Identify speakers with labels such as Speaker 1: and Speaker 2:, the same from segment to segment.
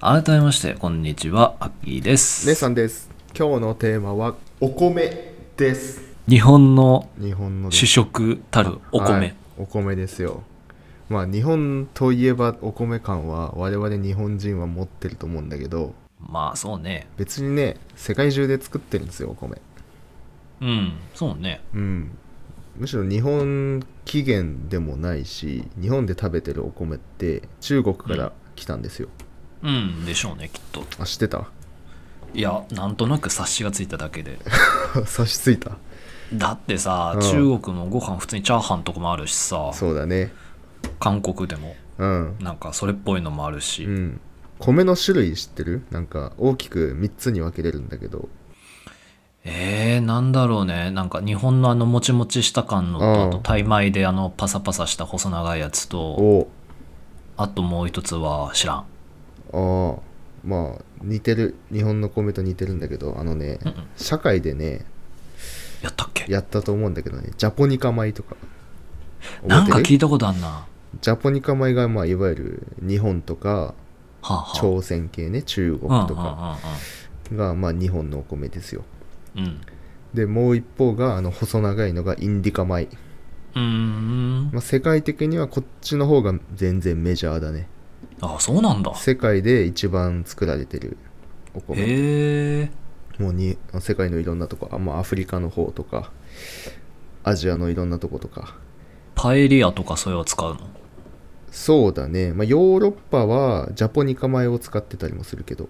Speaker 1: 改めましてこんにちはアッキーです
Speaker 2: 姉さんです。今日のテーマはお米です。
Speaker 1: 日本の
Speaker 2: 日本のです
Speaker 1: 主食たるお米、
Speaker 2: はいお米ですよ。まあ日本といえばお米感は我々日本人は持ってると思うんだけど、
Speaker 1: まあそうね
Speaker 2: 別にね、世界中で作ってるんですよ、お米。
Speaker 1: うんそうね
Speaker 2: うん、むしろ日本起源でもないし日本で食べてるお米って中国から来たんですよ、
Speaker 1: うんでしょうねきっと
Speaker 2: あ知って た
Speaker 1: いやなんとなく察しがついただけ で
Speaker 2: 差しついた
Speaker 1: だってさ、
Speaker 2: うん
Speaker 1: 中国のご飯普通にチャーハンとかもあるしさ
Speaker 2: そうだね
Speaker 1: 韓国でも
Speaker 2: うん、
Speaker 1: なんかそれっぽいのもあるし、
Speaker 2: うん、米の種類知ってるなんか大きく3つに分けれるんだけど
Speaker 1: えー、なんだろうねなんか日本のあのもちもちした感のと
Speaker 2: う
Speaker 1: あ
Speaker 2: ん
Speaker 1: とタイ米であのパサパサした細長いやつと
Speaker 2: お
Speaker 1: あともう一つは知らん
Speaker 2: ああまあ似てる日本の米と似てるんだけどあのね
Speaker 1: うんうん
Speaker 2: 社会でね
Speaker 1: やったっけ
Speaker 2: やったと思うんだけどねジャポニカ米とか
Speaker 1: なんか
Speaker 2: 覚えて
Speaker 1: 聞
Speaker 2: る
Speaker 1: いたことあんなは
Speaker 2: ジャポニカ米がまあいわゆる日本とか
Speaker 1: あ、はあ、
Speaker 2: 朝鮮系ね中国とかがまあ日本のお米ですよ
Speaker 1: うんうんうんうん
Speaker 2: でもう一方があの細長いのがインディカ米、
Speaker 1: うんうーん
Speaker 2: まあ、世界的にはこっちの方が全然メジャーだね
Speaker 1: あそうなんだ
Speaker 2: 世界で一番作られてるお米
Speaker 1: へえ
Speaker 2: もうに世界のいろんなとこあ、まあ、アフリカの方とかアジアのいろんなとことか
Speaker 1: パエリアとかそれは使うの
Speaker 2: そうだね、まあ、ヨーロッパはジャポニカ米を使ってたりもするけど、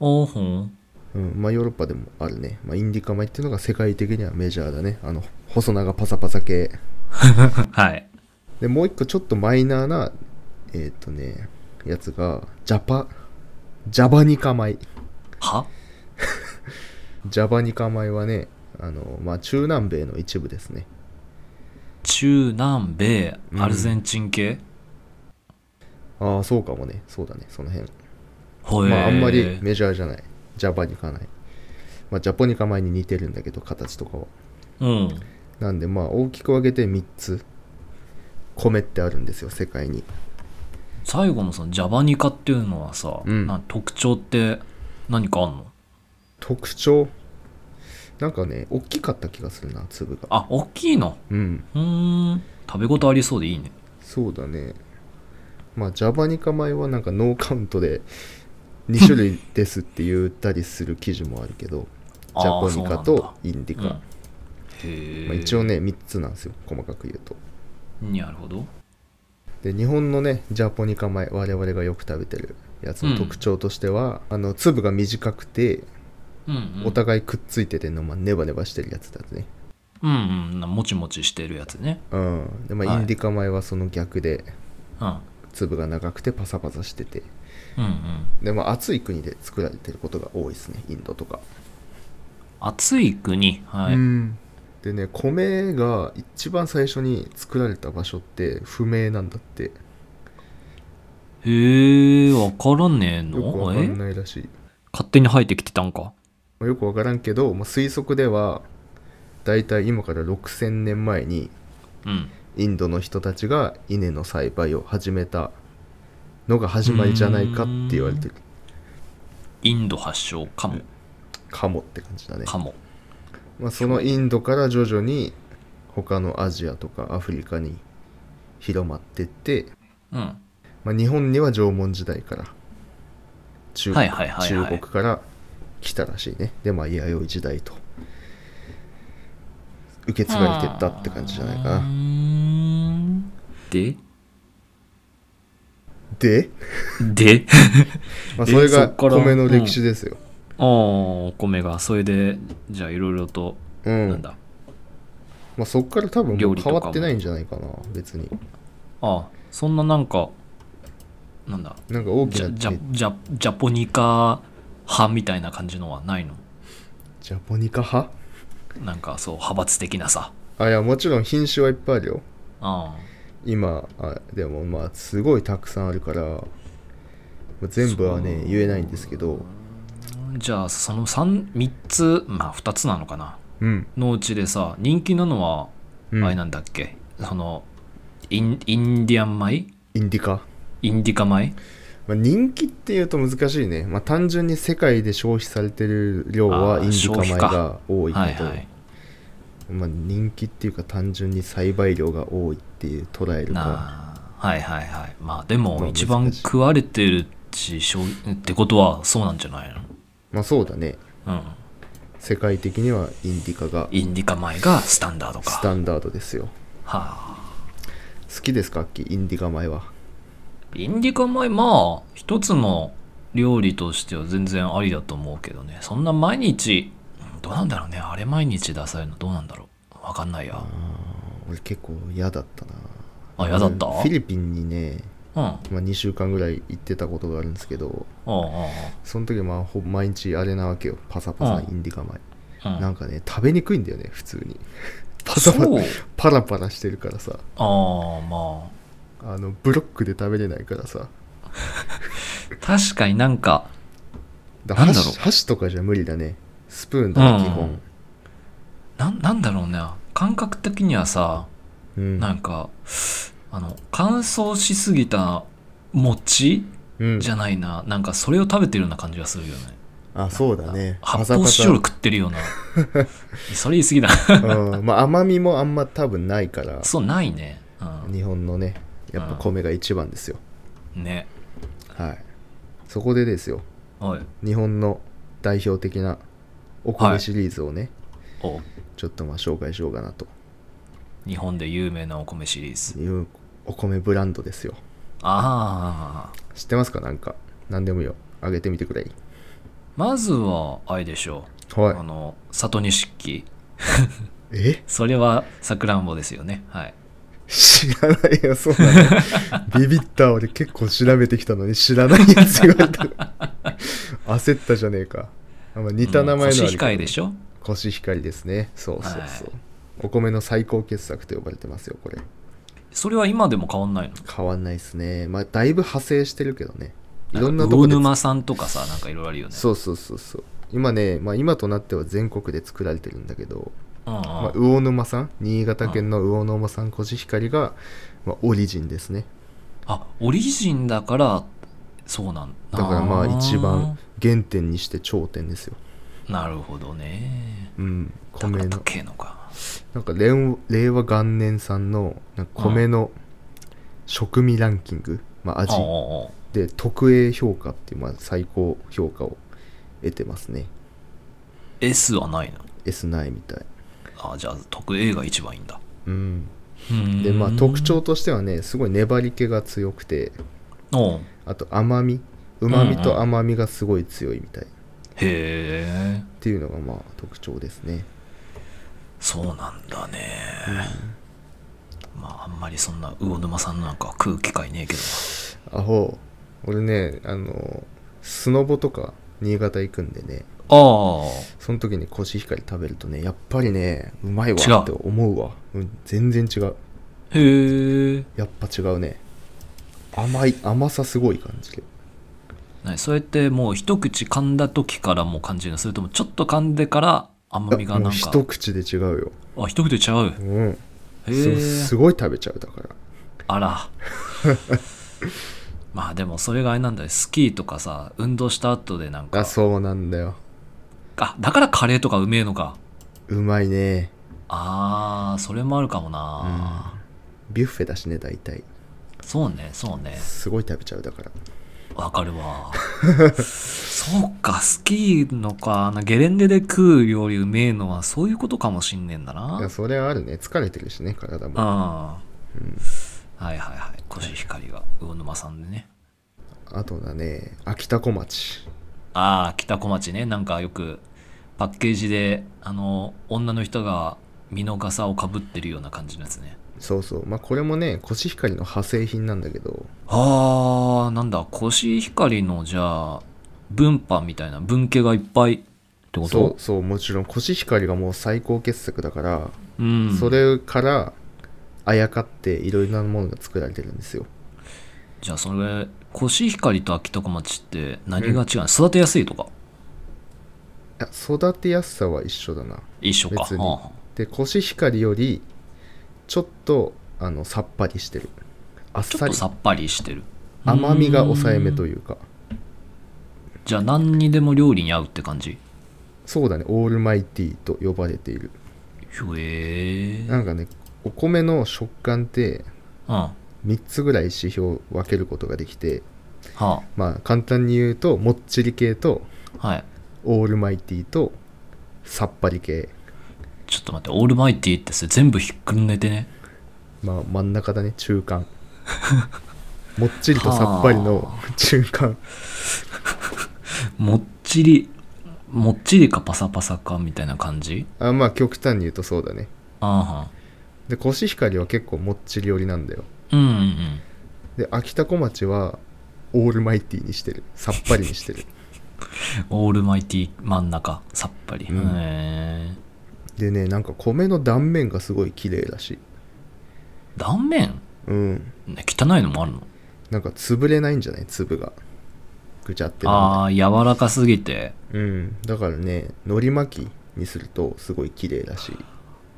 Speaker 1: おーほん
Speaker 2: うんまあ、ヨーロッパでもあるね、まあ、インディカ米っていうのが世界的にはメジャーだねあの細長パサパサ系
Speaker 1: はい
Speaker 2: でもう一個ちょっとマイナーなえーっ、とねやつがジャパジャバニカ米
Speaker 1: は
Speaker 2: ジャバニカ米はねあのまあ中南米の一部ですね
Speaker 1: 中南米
Speaker 2: うん
Speaker 1: アルゼンチン系、
Speaker 2: ああそうかもねそうだねその辺、
Speaker 1: ほえー
Speaker 2: まああんまりメジャーじゃないジャバニカ米まあジャポニカ米に似てるんだけど形とかは
Speaker 1: うん
Speaker 2: なんでまあ大きく分けて3つ米ってあるんですよ世界に
Speaker 1: 最後のそのジャバニカっていうのはさ、
Speaker 2: うん
Speaker 1: な特徴って何かあんの
Speaker 2: 特徴なんかね大きかった気がするな粒が
Speaker 1: あ大きいの
Speaker 2: うん
Speaker 1: うーん食べ応えありそうでいいね
Speaker 2: そうだねまあジャバニカ米はなんかノーカウントで2種類ですって言ったりする記事もあるけど
Speaker 1: あー
Speaker 2: ジャポニカ
Speaker 1: そうなんだ
Speaker 2: とインディ
Speaker 1: う
Speaker 2: カ、
Speaker 1: んへ
Speaker 2: ま
Speaker 1: え、
Speaker 2: あ、一応ね3つなんですよ細かく言うと
Speaker 1: なるほど
Speaker 2: で日本のねジャポニカ米我々がよく食べてるやつ
Speaker 1: うん
Speaker 2: の特徴としては、あの粒が短くて
Speaker 1: うんうん
Speaker 2: お互いくっついてての、まあ、ネバネバしてるやつだね
Speaker 1: うんうんなもちもちしてるやつね
Speaker 2: うんでま
Speaker 1: は
Speaker 2: あ
Speaker 1: い
Speaker 2: インディカ米はその逆で
Speaker 1: うんうん
Speaker 2: 粒が長くてパサパサしてて
Speaker 1: うん
Speaker 2: でまあ暑い国で作られてることが多いですねインドとか
Speaker 1: 暑い国はい、
Speaker 2: うんでね米が一番最初に作られた場所って不明なんだって
Speaker 1: へえわからねえの
Speaker 2: よくわかん
Speaker 1: え
Speaker 2: ないらしい、
Speaker 1: 勝手に生えてきてたんか
Speaker 2: まあよくわからんけど、まあ、推測ではだいたい今から6000年前に
Speaker 1: うん
Speaker 2: インドの人たちが稲の栽培を始めたのが始まりじゃないかって言われてる
Speaker 1: インド発祥かも
Speaker 2: かもって感じだね、
Speaker 1: かも
Speaker 2: まあ、そのインドから徐々に他のアジアとかアフリカに広まってって、
Speaker 1: うん
Speaker 2: まあ、日本には縄文時代から中
Speaker 1: は
Speaker 2: 国
Speaker 1: いはいはい
Speaker 2: 中
Speaker 1: はい
Speaker 2: 国から来たらしいねでまあ弥生時代と受け継がれてったって感じじゃないか
Speaker 1: うー
Speaker 2: なん
Speaker 1: で
Speaker 2: で、
Speaker 1: で
Speaker 2: まあ、
Speaker 1: で
Speaker 2: それ
Speaker 1: そ
Speaker 2: が
Speaker 1: っから
Speaker 2: 米の歴史ですよ、
Speaker 1: ああお米がそれでじゃあいろいろと、
Speaker 2: うん
Speaker 1: なんだ
Speaker 2: まあ、そこから多分も
Speaker 1: 料
Speaker 2: う
Speaker 1: 理とか
Speaker 2: 変
Speaker 1: も
Speaker 2: わってないんじゃないかな別に
Speaker 1: ああそんななんかなんだ
Speaker 2: なんか大き
Speaker 1: ジ
Speaker 2: な
Speaker 1: ャジ
Speaker 2: ね
Speaker 1: ャジャジャポニカ派みたいな感じのはないの
Speaker 2: ジャポニカ派
Speaker 1: なんかそう派閥的なさ
Speaker 2: あいやもちろん品種はいっぱいあるよ
Speaker 1: あ
Speaker 2: 今あでもまあすごいたくさんあるからもう全部はね言えないんですけど
Speaker 1: あじゃあその 3, 3つまあ2つなのかな
Speaker 2: うん、
Speaker 1: のうちでさ人気なのは
Speaker 2: うん
Speaker 1: あれなんだっけ、そのインインディアン米
Speaker 2: インディカ、
Speaker 1: インディカ米
Speaker 2: まあ、人気っていうと難しいね、まあ、単純に世界で消費されてる量は
Speaker 1: あー
Speaker 2: インディカ米
Speaker 1: 消費か
Speaker 2: が多いけど、
Speaker 1: はいはい
Speaker 2: まあ、人気っていうか単純に栽培量が多いっていう捉えるか
Speaker 1: なあはいはいはいまあで
Speaker 2: ま
Speaker 1: も
Speaker 2: あ
Speaker 1: 一番
Speaker 2: 難しい
Speaker 1: 食われてるし消ってことはそうなんじゃない
Speaker 2: まあそうだね
Speaker 1: のうん
Speaker 2: 世界的にはインディカが
Speaker 1: インディカ米がスタンダードか
Speaker 2: スタンダードですよ
Speaker 1: はあ
Speaker 2: 好きですかアッキーインディカ米は
Speaker 1: インディカ米まあ一つの料理としては全然ありだと思うけどねそんな毎日うんどうなんだろうねあれ毎日出されるのどうなんだろうわかんないや
Speaker 2: あー俺結構嫌だったな
Speaker 1: あ嫌だった
Speaker 2: フィリピンにね、
Speaker 1: うんうん
Speaker 2: まあ、2週間ぐらい行ってたことがあるんですけど
Speaker 1: うん
Speaker 2: その時まあほ毎日あれなわけよパサパサインディカ米、
Speaker 1: うん
Speaker 2: なんかね食べにくいんだよね普通に パサパ
Speaker 1: そう
Speaker 2: パラパラしてるからさ
Speaker 1: ああま
Speaker 2: あのブロックで食べれないからさ
Speaker 1: あ確かになんか
Speaker 2: だ
Speaker 1: なんだろう
Speaker 2: 箸箸とかじゃ無理だねスプーンだね
Speaker 1: うん
Speaker 2: 基本、
Speaker 1: なんなんだろうね感覚的にはさ
Speaker 2: うん
Speaker 1: なんかあの乾燥しすぎた餅
Speaker 2: うん
Speaker 1: じゃないななんかそれを食べてるような感じがするよね
Speaker 2: あそうだね
Speaker 1: 発泡スチロール食ってるような それ言い過ぎだ
Speaker 2: パサパサうんまあ甘みもあんま多分ないから
Speaker 1: そうないね、う
Speaker 2: 日本のねやっぱ米が一番ですよ、
Speaker 1: ん、ね
Speaker 2: はいそこでですよ
Speaker 1: おい
Speaker 2: 日本の代表的なお
Speaker 1: は
Speaker 2: 米
Speaker 1: い
Speaker 2: シリーズをね、
Speaker 1: お
Speaker 2: ちょっとまあ紹介しようかなと
Speaker 1: 日本で有名なお米シリーズ
Speaker 2: いうお米ブランドですよ
Speaker 1: ああ
Speaker 2: 知ってますかなんか何でもいいよあげてみてくれい
Speaker 1: まずはあれでしょう、あ
Speaker 2: は
Speaker 1: の里錦
Speaker 2: いえ
Speaker 1: それはさくらんぼですよねはい
Speaker 2: 知らないよそう なのビビった俺結構調べてきたのに知らないやつ言われた焦ったじゃねえかあまあ似た名前のある
Speaker 1: うんコシヒカリでしょ
Speaker 2: コシヒカリですねそうそうそう、
Speaker 1: はい
Speaker 2: お米の最高傑作と呼ばれてますよこれ
Speaker 1: それは今でも変わんないの
Speaker 2: 変わんないですねまあだいぶ派生してるけどねい
Speaker 1: な
Speaker 2: ろん
Speaker 1: んか
Speaker 2: なとこ
Speaker 1: 魚
Speaker 2: で
Speaker 1: 沼さんとかさなんかいろいろあるよね
Speaker 2: そうそうそうそう今ね、まあ、今となっては全国で作られてるんだけど、
Speaker 1: うんうん
Speaker 2: まあ、魚沼さん新潟県の魚沼産コシヒカリが、まあ、オリジンですね
Speaker 1: あオリジンだからそうなん
Speaker 2: だからまあ一番原点にして頂点ですよ
Speaker 1: なるほどね
Speaker 2: うん
Speaker 1: だから
Speaker 2: 米
Speaker 1: 高
Speaker 2: の
Speaker 1: えのか
Speaker 2: なんか令和令和元年産のなんか米の食味ランキング、まあ、味
Speaker 1: おうおうおう
Speaker 2: で特 A 評価っていう、まあ、最高評価を得てますね
Speaker 1: S はないの
Speaker 2: S9 みたい
Speaker 1: あじゃあ特 A が一番いいんだ
Speaker 2: うん
Speaker 1: うーん
Speaker 2: でまあ特徴としてはねすごい粘り気が強くて
Speaker 1: おう
Speaker 2: あと甘みうまみ
Speaker 1: うんう
Speaker 2: と
Speaker 1: ん
Speaker 2: 甘みがすごい強いみたいっ
Speaker 1: へえ
Speaker 2: ていうのがまあ特徴ですね
Speaker 1: そうなんだね、まああんまりそんな魚沼さんなんかは食う機会ねえけど
Speaker 2: アホ俺ねあのスノボとか新潟行くんでね
Speaker 1: あ
Speaker 2: その時にコシヒカリ食べるとねやっぱりねうまい
Speaker 1: 違う
Speaker 2: わって思うわうん全然違う
Speaker 1: あへえ
Speaker 2: やっぱ違うね甘い甘さすごい感じで
Speaker 1: 何それってもう一口噛んだ時からもう感じるのそれともちょっと噛んでから甘みが
Speaker 2: も
Speaker 1: な
Speaker 2: うん
Speaker 1: か
Speaker 2: 一口で違うよ
Speaker 1: あ一口で違う
Speaker 2: うん
Speaker 1: へえ
Speaker 2: すすごい食べちゃうだから
Speaker 1: あら まあでもそれがあれなんだよスキーとかさ運動した後でなん
Speaker 2: あ
Speaker 1: か
Speaker 2: そうなんだよ
Speaker 1: あだからカレーとかうめえのか
Speaker 2: うまいね
Speaker 1: あーそれもあるかもな、
Speaker 2: ビュッフェだしね大体
Speaker 1: そうねそうね
Speaker 2: すごい食べちゃうだから
Speaker 1: わかるわそうかスキーのかあのゲレンデで食うよりうめえのはそういうことかもしんねえんだない
Speaker 2: やそれはあるね疲れてるしね体も
Speaker 1: ああ、はいはいはいコシヒカリが魚沼さんでね
Speaker 2: あとだね秋田小町
Speaker 1: ああ北小町ねなんかよくパッケージであの女の人が身の傘をかぶってるような感じのやつね
Speaker 2: そうそうまあこれもねコシヒカリの派生品なんだけど
Speaker 1: あーなんだコシヒカリのじゃあ分派みたいな分家がいっぱいってこと
Speaker 2: そうそうもちろんコシヒカリがもう最高傑作だから、
Speaker 1: う、ん、
Speaker 2: それからあやかっていろいろなものが作られてるんですよ
Speaker 1: じゃあそれコシヒカリと秋高町って何が違うの、育てやすいとか
Speaker 2: いや育てやすさは一緒だな
Speaker 1: 一緒か
Speaker 2: 別に
Speaker 1: あ
Speaker 2: でコシヒカリよりちょっとあのさっぱりしてるあっ
Speaker 1: あちょ
Speaker 2: さ
Speaker 1: っ
Speaker 2: り
Speaker 1: とさっぱりしてる
Speaker 2: 甘みが抑えめというか
Speaker 1: じゃあ何にでも料理に合うって感じ
Speaker 2: そうだねオールマイティーと呼ばれている
Speaker 1: へえ
Speaker 2: なんかねお米の食感って
Speaker 1: うんは
Speaker 2: 3つぐらい指標を分けることができて
Speaker 1: あ
Speaker 2: まあ簡単に言うともっちり系と
Speaker 1: はい
Speaker 2: オールマイティーとさっぱり系
Speaker 1: ちょっと待ってオールマイティってそれ全部ひっくるめてね
Speaker 2: まあ真ん中だね中 間もっちりとさっぱりの中間
Speaker 1: もっちりもっちりかパサパサかみたいな感じ
Speaker 2: あまあ極端に言うとそうだね
Speaker 1: あ
Speaker 2: でコシヒカリは結構もっちり寄りなんだよ
Speaker 1: ーはんうんうん
Speaker 2: で秋田小町はオールマイティーにしてるさっぱりにして る
Speaker 1: オールマイティ真ん中さっぱり、
Speaker 2: うん
Speaker 1: へえ
Speaker 2: でねなんか米の断面がすごい綺麗らしい
Speaker 1: 断面
Speaker 2: うん
Speaker 1: ね汚いのもあるの
Speaker 2: なんか潰れないんじゃない粒がぐちゃって
Speaker 1: あ
Speaker 2: な
Speaker 1: あー柔らかすぎて
Speaker 2: んでうんだからね海苔巻きにするとすごい綺麗らしい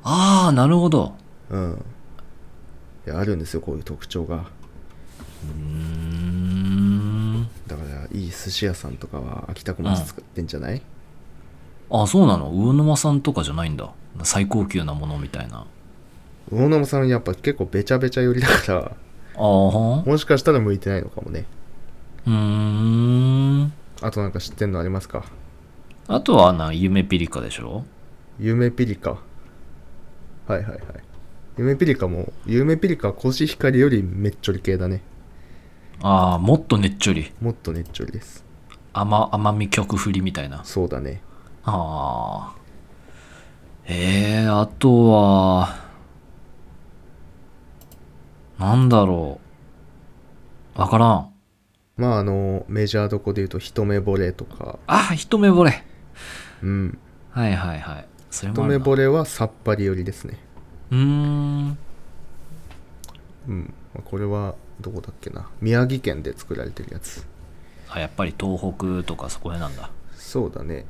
Speaker 1: ああなるほど
Speaker 2: うんいやあるんですよこういう特徴が
Speaker 1: うーん
Speaker 2: だからいい寿司屋さんとかは秋田小町使ってんじゃない、
Speaker 1: あそうなの魚沼さんとかじゃないんだ最高級なものみたいな
Speaker 2: 魚沼さんやっぱ結構べちゃべちゃ寄りだから
Speaker 1: ああはんう
Speaker 2: もしかしたら向いてないのかもね
Speaker 1: ーん
Speaker 2: あとなんか知ってんのありますか
Speaker 1: あとはな夢ピリカでしょ
Speaker 2: 夢ピリカはいはいはい夢ピリカも夢ピリカはコシヒカリよりめっちょり系だね
Speaker 1: ああもっとねっちょり
Speaker 2: もっとねっちょりです
Speaker 1: 甘甘み曲振りみたいな
Speaker 2: そうだね
Speaker 1: ああ。ええあとは、なんだろう。わからん。
Speaker 2: まああのメジャーどこで言うと一目惚れとか
Speaker 1: あ、一目惚れ。
Speaker 2: うん
Speaker 1: はいはいはい。それ
Speaker 2: 一
Speaker 1: もあ
Speaker 2: 目
Speaker 1: るな。
Speaker 2: 惚れはさっぱり寄りですね
Speaker 1: うーん。
Speaker 2: うん、まあこれはどこだっけな宮城県で作られてるやつ
Speaker 1: あ、やっぱり東北とかそこへなんだ。
Speaker 2: そうだね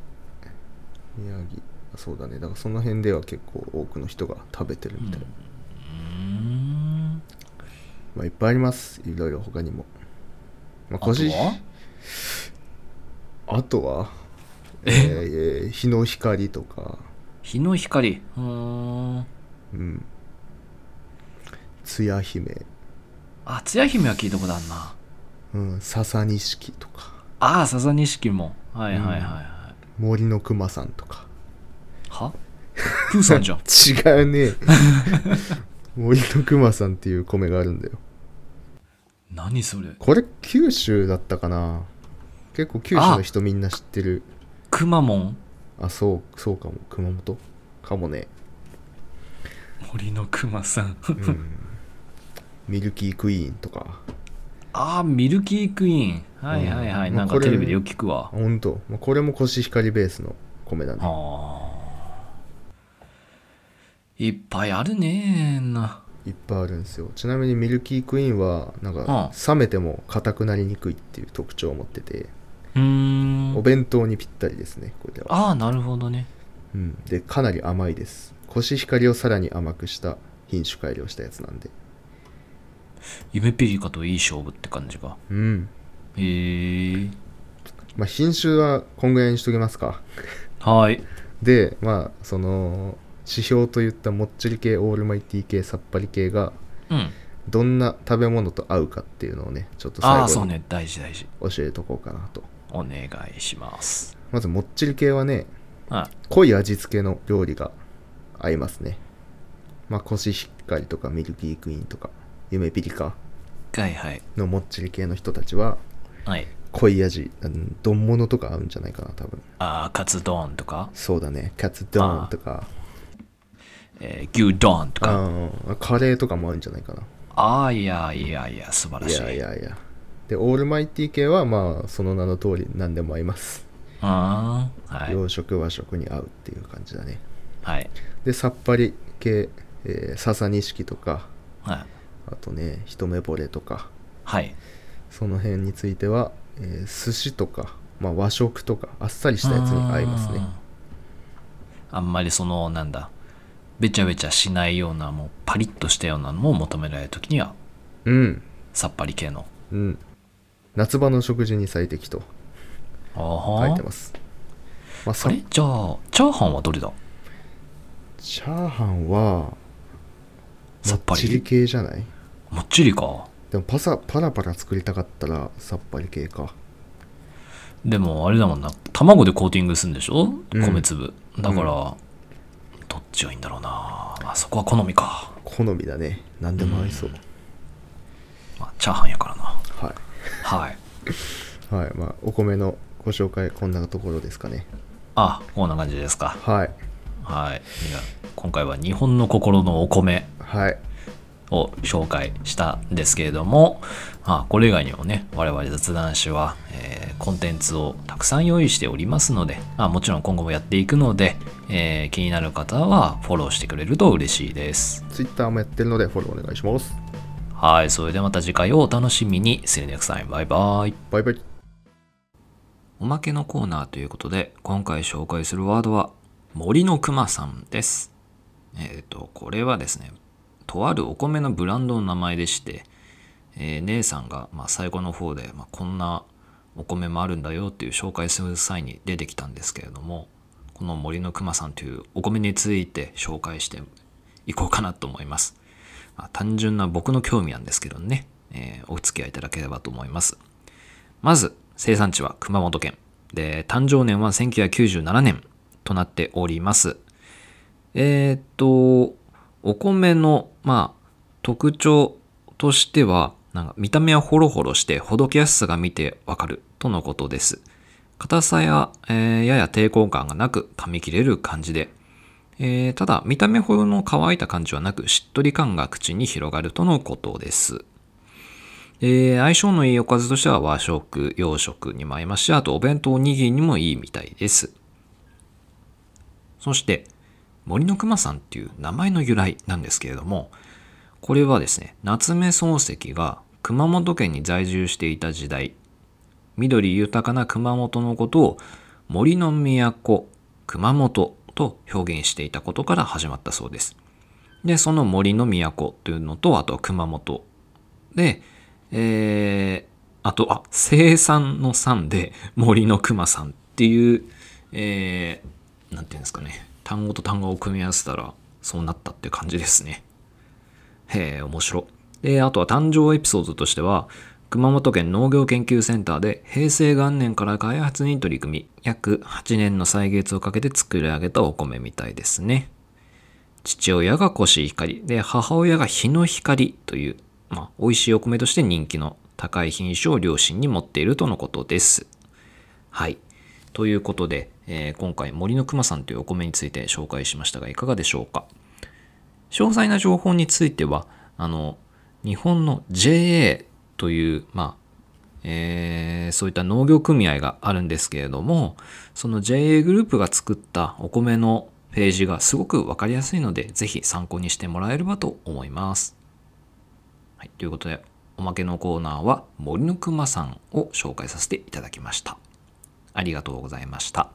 Speaker 2: 宮城あそうだねだからその辺では結構多くの人が食べてるみたい、
Speaker 1: うーん。
Speaker 2: まあいっぱいありますいろいろ他にもまあ
Speaker 1: あと
Speaker 2: コシ
Speaker 1: は
Speaker 2: あとは、えーえー日の光とか、
Speaker 1: 日の光。うーん。
Speaker 2: うん、つや姫、
Speaker 1: あ、つや姫は聞いたことあるな。
Speaker 2: うん、笹錦とか、
Speaker 1: ああ、笹錦も。はいはいはいはい。
Speaker 2: 森の熊さんとか。
Speaker 1: はプーさん じゃん。
Speaker 2: 違うね。森の熊さんっていう米があるんだよ。
Speaker 1: 何それ。
Speaker 2: これ九州だったかな結構九州の人みんな知ってる。
Speaker 1: くまモン
Speaker 2: あ、そう、そうかも。熊本かもね。
Speaker 1: 森のくまさん。
Speaker 2: うん、ミルキークイーンとか。
Speaker 1: ああ、ミルキークイーン。はいはいはい。
Speaker 2: うん
Speaker 1: なん
Speaker 2: ま
Speaker 1: か
Speaker 2: あこれ
Speaker 1: テレビでよく聞くわ。
Speaker 2: ほんと。まあこれもコシヒカリベースの米だね。
Speaker 1: あーいっぱいあるねーな。
Speaker 2: いっぱいあるんですよちなみにミルキークイーンはなんか
Speaker 1: う
Speaker 2: 冷めても硬くなりにくいっていう特徴を持ってて、
Speaker 1: うー
Speaker 2: お
Speaker 1: ん。
Speaker 2: 弁当にぴったりですねこれは、
Speaker 1: ああ、なるほどね。
Speaker 2: うん、でかなり甘いですコシヒカリをさらに甘くした品種改良したやつなんで
Speaker 1: 夢ピリカといい勝負って感じか。
Speaker 2: うん
Speaker 1: へえ。
Speaker 2: まあ品種はこんぐらいにしときますか
Speaker 1: はい。
Speaker 2: でまあその指標といったもっちり系オールマイティ系さっぱり系が
Speaker 1: うん。
Speaker 2: どんな食べ物と合うかっていうのをねちょっと
Speaker 1: ああ、
Speaker 2: 最
Speaker 1: そう
Speaker 2: 後に
Speaker 1: ね。大事大事。
Speaker 2: 教えとこうかなと
Speaker 1: お願いします。
Speaker 2: まずもっちり系はね
Speaker 1: あ
Speaker 2: 濃い味付けの料理が合いますね。まあ、コシヒカリとかミルキークイーンとか、夢ピリカ
Speaker 1: はいはい。
Speaker 2: のもっちり系の人たちは、
Speaker 1: はい。
Speaker 2: 濃い味、うん丼物とか合うんじゃないかな、多分。
Speaker 1: ああ、カツ丼とか。
Speaker 2: そうだね、カツ丼とか。
Speaker 1: えー牛丼とか。
Speaker 2: あーカレーとかもあるんじゃないかな
Speaker 1: ああ、いやいやいや、素晴ら
Speaker 2: い
Speaker 1: しい。
Speaker 2: やいやいやでオールマイティ系はまあその名の通り何でも合います、
Speaker 1: うん。はい。
Speaker 2: 洋食和食に合うっていう感じだね
Speaker 1: はい。
Speaker 2: でさっぱり系、えー、笹錦とか
Speaker 1: はい。
Speaker 2: あとね一目惚れとか
Speaker 1: はい。
Speaker 2: その辺については、えー寿司とか、まあ、和食とかあっさりしたやつに合いますね
Speaker 1: うんあんまりそのなんだべちゃべちゃしないようなもうパリッとしたようなのを求められる時には
Speaker 2: うん
Speaker 1: さっぱり系の
Speaker 2: うん夏場の食事に最適と
Speaker 1: あ
Speaker 2: 書い
Speaker 1: は
Speaker 2: てますまあ、
Speaker 1: あ
Speaker 2: さ
Speaker 1: れじゃあチャーハンはどれだ
Speaker 2: チャーハンは
Speaker 1: さっぱ
Speaker 2: もちり
Speaker 1: り
Speaker 2: 系じゃない
Speaker 1: もっちりか
Speaker 2: でもパサパラパラ作りたかったらさっぱり系か
Speaker 1: でもあれだもんな卵でコーティングするんでしょ
Speaker 2: うん
Speaker 1: 米粒、だから、どっちがいいんだろうなあそこは好みか、
Speaker 2: 好みだね何でも合いそう、
Speaker 1: まあ、チャーハンやからな
Speaker 2: は
Speaker 1: はい
Speaker 2: い、はいまあ、お米のご紹介こんなところですかね
Speaker 1: あこんな感じですか
Speaker 2: はい
Speaker 1: はいいや今回は日本の心のお米
Speaker 2: はい
Speaker 1: を紹介したんですけれども、まあ、これ以外にもね我々雑談師は、えーコンテンツをたくさん用意しておりますので、まあ、もちろん今後もやっていくので、えー気になる方はフォローしてくれると嬉しいです。
Speaker 2: Twitter もやってるのでフォローお願いします
Speaker 1: はい、それではまた次回をお楽しみに。See you next time. バイバイ。
Speaker 2: バイバイ
Speaker 1: おまけのコーナーということで、今回紹介するワードは、森のくまさんです。えっ、と、これはですね、とあるお米のブランドの名前でして、えー姉さんが、まあ、最後の方で、まあ、こんなお米もあるんだよっていう紹介する際に出てきたんですけれども、この森のくまさんというお米について紹介していこうかなと思います。まあ単純な僕の興味なんですけどね、えーお付き合いいただければと思います。まず、生産地は熊本県。で、誕生年は1997年となっております。えーっと、お米の、まあ、特徴としては、なんか見た目はホロホロして、ほどけやすさが見てわかるとのことです。硬さや、えーやや抵抗感がなく噛み切れる感じで、えーただ見た目ほどの乾いた感じはなく、しっとり感が口に広がるとのことです。えー相性のいいおかずとしては和食、洋食にも合いますし、あとお弁当おにぎりにもいいみたいです。そして、森の熊さんっていう名前の由来なんですけれども、これはですね、夏目漱石が熊本県に在住していた時代、緑豊かな熊本のことを森の都、熊本と表現していたことから始まったそうです。で、その森の都というのと、あとは熊本で、えー、あと、あ、生産の産で 森の熊さんっていう、えー、なんていうんですかね、単語と単語を組み合わせたら、そうなったっていう感じですね。へえ、面白。で、あとは誕生エピソードとしては、熊本県農業研究センターで平成元年から開発に取り組み、約8年の歳月をかけて作り上げたお米みたいですね。父親がコシヒカリで母親が日の光という、まあ、美味しいお米として人気の高い品種を両親に持っているとのことです。はい。ということで、えー今回森の熊さんというお米について紹介しましたがいかがでしょうか詳細な情報についてはあの日本の JA という、まあえーそういった農業組合があるんですけれどもその JA グループが作ったお米のページがすごく分かりやすいのでぜひ参考にしてもらえればと思います。はい、ということでおまけのコーナーは森のくまさんを紹介させていただきました。ありがとうございました。